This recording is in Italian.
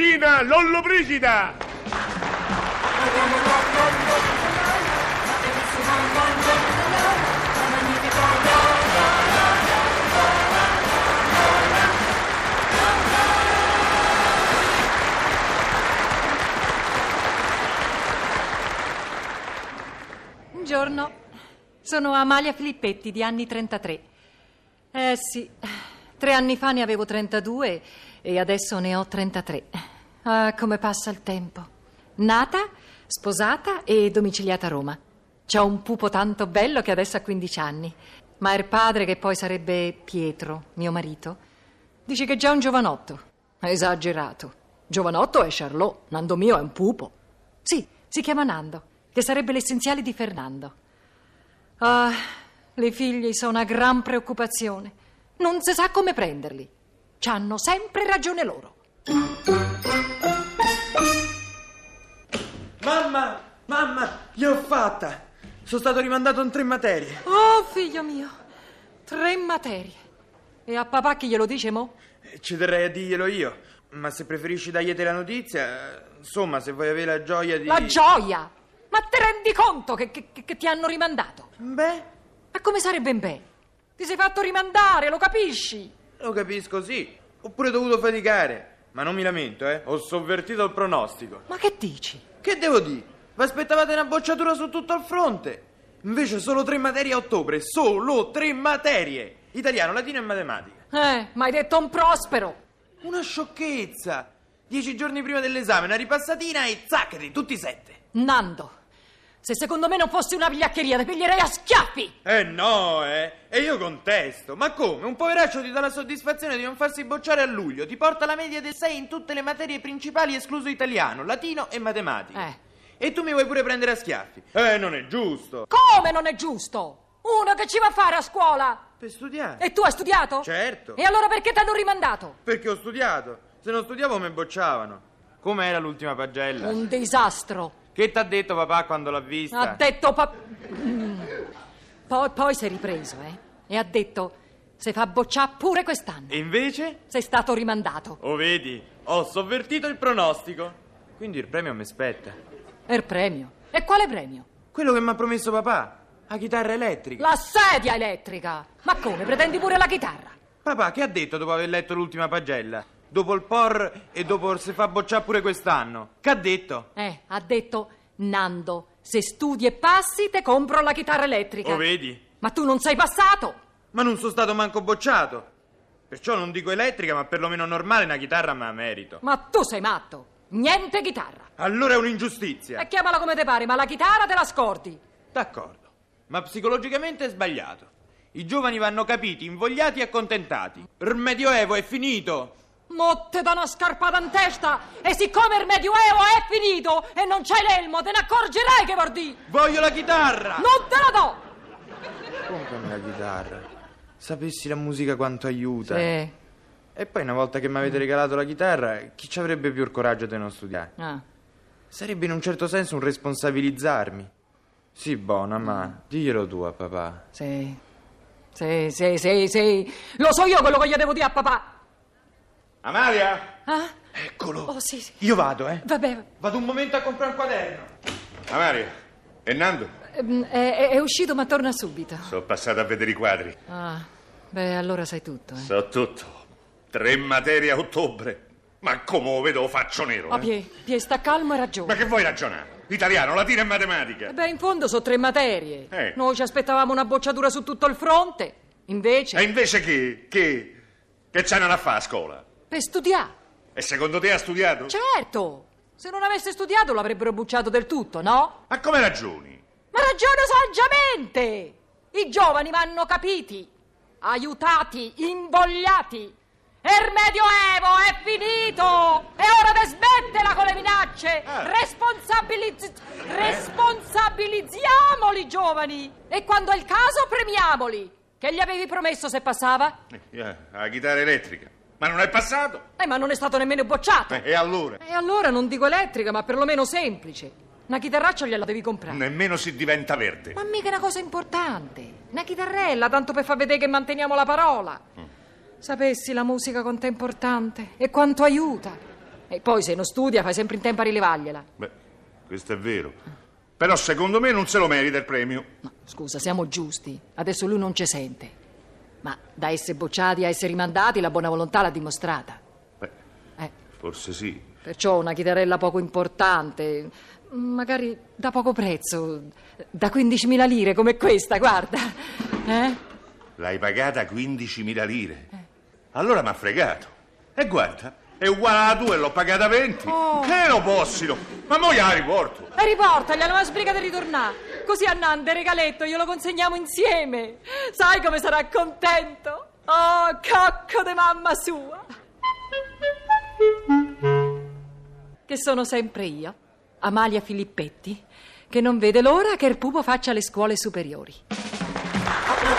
signorina Lollobrigida! Buongiorno, sono Amalia Filippetti di anni 33. Eh sì, tre anni fa ne avevo 32 e adesso ne ho 33. Ah, come passa il tempo. Nata, sposata e domiciliata a Roma. C'ho un pupo tanto bello che adesso ha 15 anni, ma il padre che poi sarebbe Pietro, mio marito, dice che è già un giovanotto. Esagerato. Giovanotto è Charlot, Nando mio è un pupo. Sì, si chiama Nando, che sarebbe l'essenziale di Fernando. Ah, le figlie sono una gran preoccupazione. Non si sa come prenderli. Ci hanno sempre ragione loro. Mamma, mamma, l'ho fatta! Sono stato rimandato in tre materie. Oh, figlio mio, tre materie. E a papà chi glielo dice mo? Eh, Ci terrei a dirglielo io, ma se preferisci dargliete la notizia, eh, insomma, se vuoi avere la gioia di... La gioia! Ma ti rendi conto che, che- che- che ti hanno rimandato? Beh, Ma come sarebbe in beh? Ti sei fatto rimandare, lo capisci? lo capisco, sì. Oppure ho dovuto faticare, ma non mi lamento, eh. Ho sovvertito il pronostico. Ma che dici? Che devo dire? Vi aspettavate una bocciatura su tutto il fronte? Invece solo tre materie a ottobre, solo tre materie! Italiano, latino e matematica. Eh, ma hai detto un prospero. Una sciocchezza! Dieci giorni prima dell'esame, una ripassatina e zaccati, tutti e sette! Nando, se secondo me non fossi una vigliaccheria, ti piglierei a schiaffi! Eh no, eh! E io contesto! Ma come? Un poveraccio ti dà la soddisfazione di non farsi bocciare a luglio, ti porta la media del 6 in tutte le materie principali, escluso italiano, latino e matematica. Eh. E tu mi vuoi pure prendere a schiaffi? Eh, non è giusto! Come non è giusto? Uno che ci va a fare a scuola? Per studiare! E tu hai studiato? Certo. E allora perché ti hanno rimandato? Perché ho studiato! Se non studiavo mi bocciavano! Com'era l'ultima pagella? Un disastro. Che t'ha detto papà quando l'ha vista? Ha detto pa- Mm. Poi, poi si è ripreso, eh? E ha detto: Se fa bocciare pure quest'anno. E invece? Sei stato rimandato. Oh, vedi, ho sovvertito il pronostico. Quindi il premio mi spetta. E il premio? E quale premio? Quello che mi ha promesso papà, la chitarra elettrica. La sedia elettrica! Ma come? Pretendi pure la chitarra? Papà, che ha detto dopo aver letto l'ultima pagella? Dopo il por e dopo il se fa bocciare pure quest'anno. Che ha detto? Eh, ha detto Nando, se studi e passi, te compro la chitarra elettrica. Oh, vedi? Ma tu non sei passato! Ma non sono stato manco bocciato. Perciò non dico elettrica, ma perlomeno normale una chitarra me la merito. Ma tu sei matto! Niente chitarra! Allora è un'ingiustizia. E chiamala come te pare, ma la chitarra te la scordi! D'accordo, ma psicologicamente è sbagliato. I giovani vanno capiti, invogliati e accontentati. Il medioevo è finito. Motte da una scarpata in testa! E siccome il medioevo è finito e non c'hai l'elmo, te ne accorgerai che mordì! Voglio la chitarra! Non te la do! Comprami la chitarra. Sapessi la musica quanto aiuta. Sì. E poi una volta che mi avete regalato la chitarra, chi ci avrebbe più il coraggio di non studiare? Ah. Sarebbe in un certo senso un responsabilizzarmi. Sì, buona, ma diglielo tu a papà. Sì. Sì, sì, sì, sì. Lo so io quello che gli devo dire a papà. Amalia! Ah? Eccolo! Oh, sì, sì. Io vado, eh. Vabbè, Vado un momento a comprare un quaderno. Amaria e Nando, ehm, è, è uscito ma torna subito. sono passato a vedere i quadri. Ah, beh, allora sai tutto, eh. So tutto. Tre materie a ottobre. Ma come lo vedo lo faccio nero. Ah, eh? Pie, Pie, sta calmo e Ma ragione. che vuoi ragionare? Italiano, latino e matematica. Beh, in fondo sono tre materie. Eh. Noi ci aspettavamo una bocciatura su tutto il fronte. Invece, E invece che. che. che c'è non a fare a scuola? per studiare. E secondo te ha studiato? Certo! Se non avesse studiato lo avrebbero bucciato del tutto, no? Ma come ragioni? Ma ragiona saggiamente! I giovani vanno capiti, aiutati, invogliati. E il Medioevo è finito! È ora di smetterla con le minacce! Ah. Responsabilizz- responsabilizziamoli, i giovani! E quando è il caso, premiamoli! Che gli avevi promesso se passava? Eh, La chitarra elettrica. Ma non è passato? Eh, ma non è stato nemmeno bocciato! Eh, E allora? E allora non dico elettrica, ma perlomeno semplice. Una chitarraccia gliela devi comprare. Nemmeno si diventa verde. Ma mica è una cosa importante. Una chitarrella, tanto per far vedere che manteniamo la parola. Sapessi la musica quanto è importante e quanto aiuta. E poi se non studia fai sempre in tempo a rilevargliela. Beh, questo è vero. Però secondo me non se lo merita il premio. No, scusa, siamo giusti. Adesso lui non ci sente. Ma da essere bocciati a essere rimandati la buona volontà l'ha dimostrata. Beh, Eh, forse sì. perciò una chitarella poco importante, magari da poco prezzo, da 15.000 lire come questa, guarda. Eh? L'hai pagata 15.000 lire. Allora mi ha fregato. E guarda, è uguale alla tua e l'ho pagata 20. Oh. Che lo possino? Ma mo gliela riporto. E riportagliela, ma sbrigati a ritornare. Così a Nanda il regaletto glielo consegniamo insieme. Sai come sarà contento? Oh, cocco di mamma sua. Che sono sempre io, Amalia Filippetti, che non vede l'ora che il pupo faccia le scuole superiori.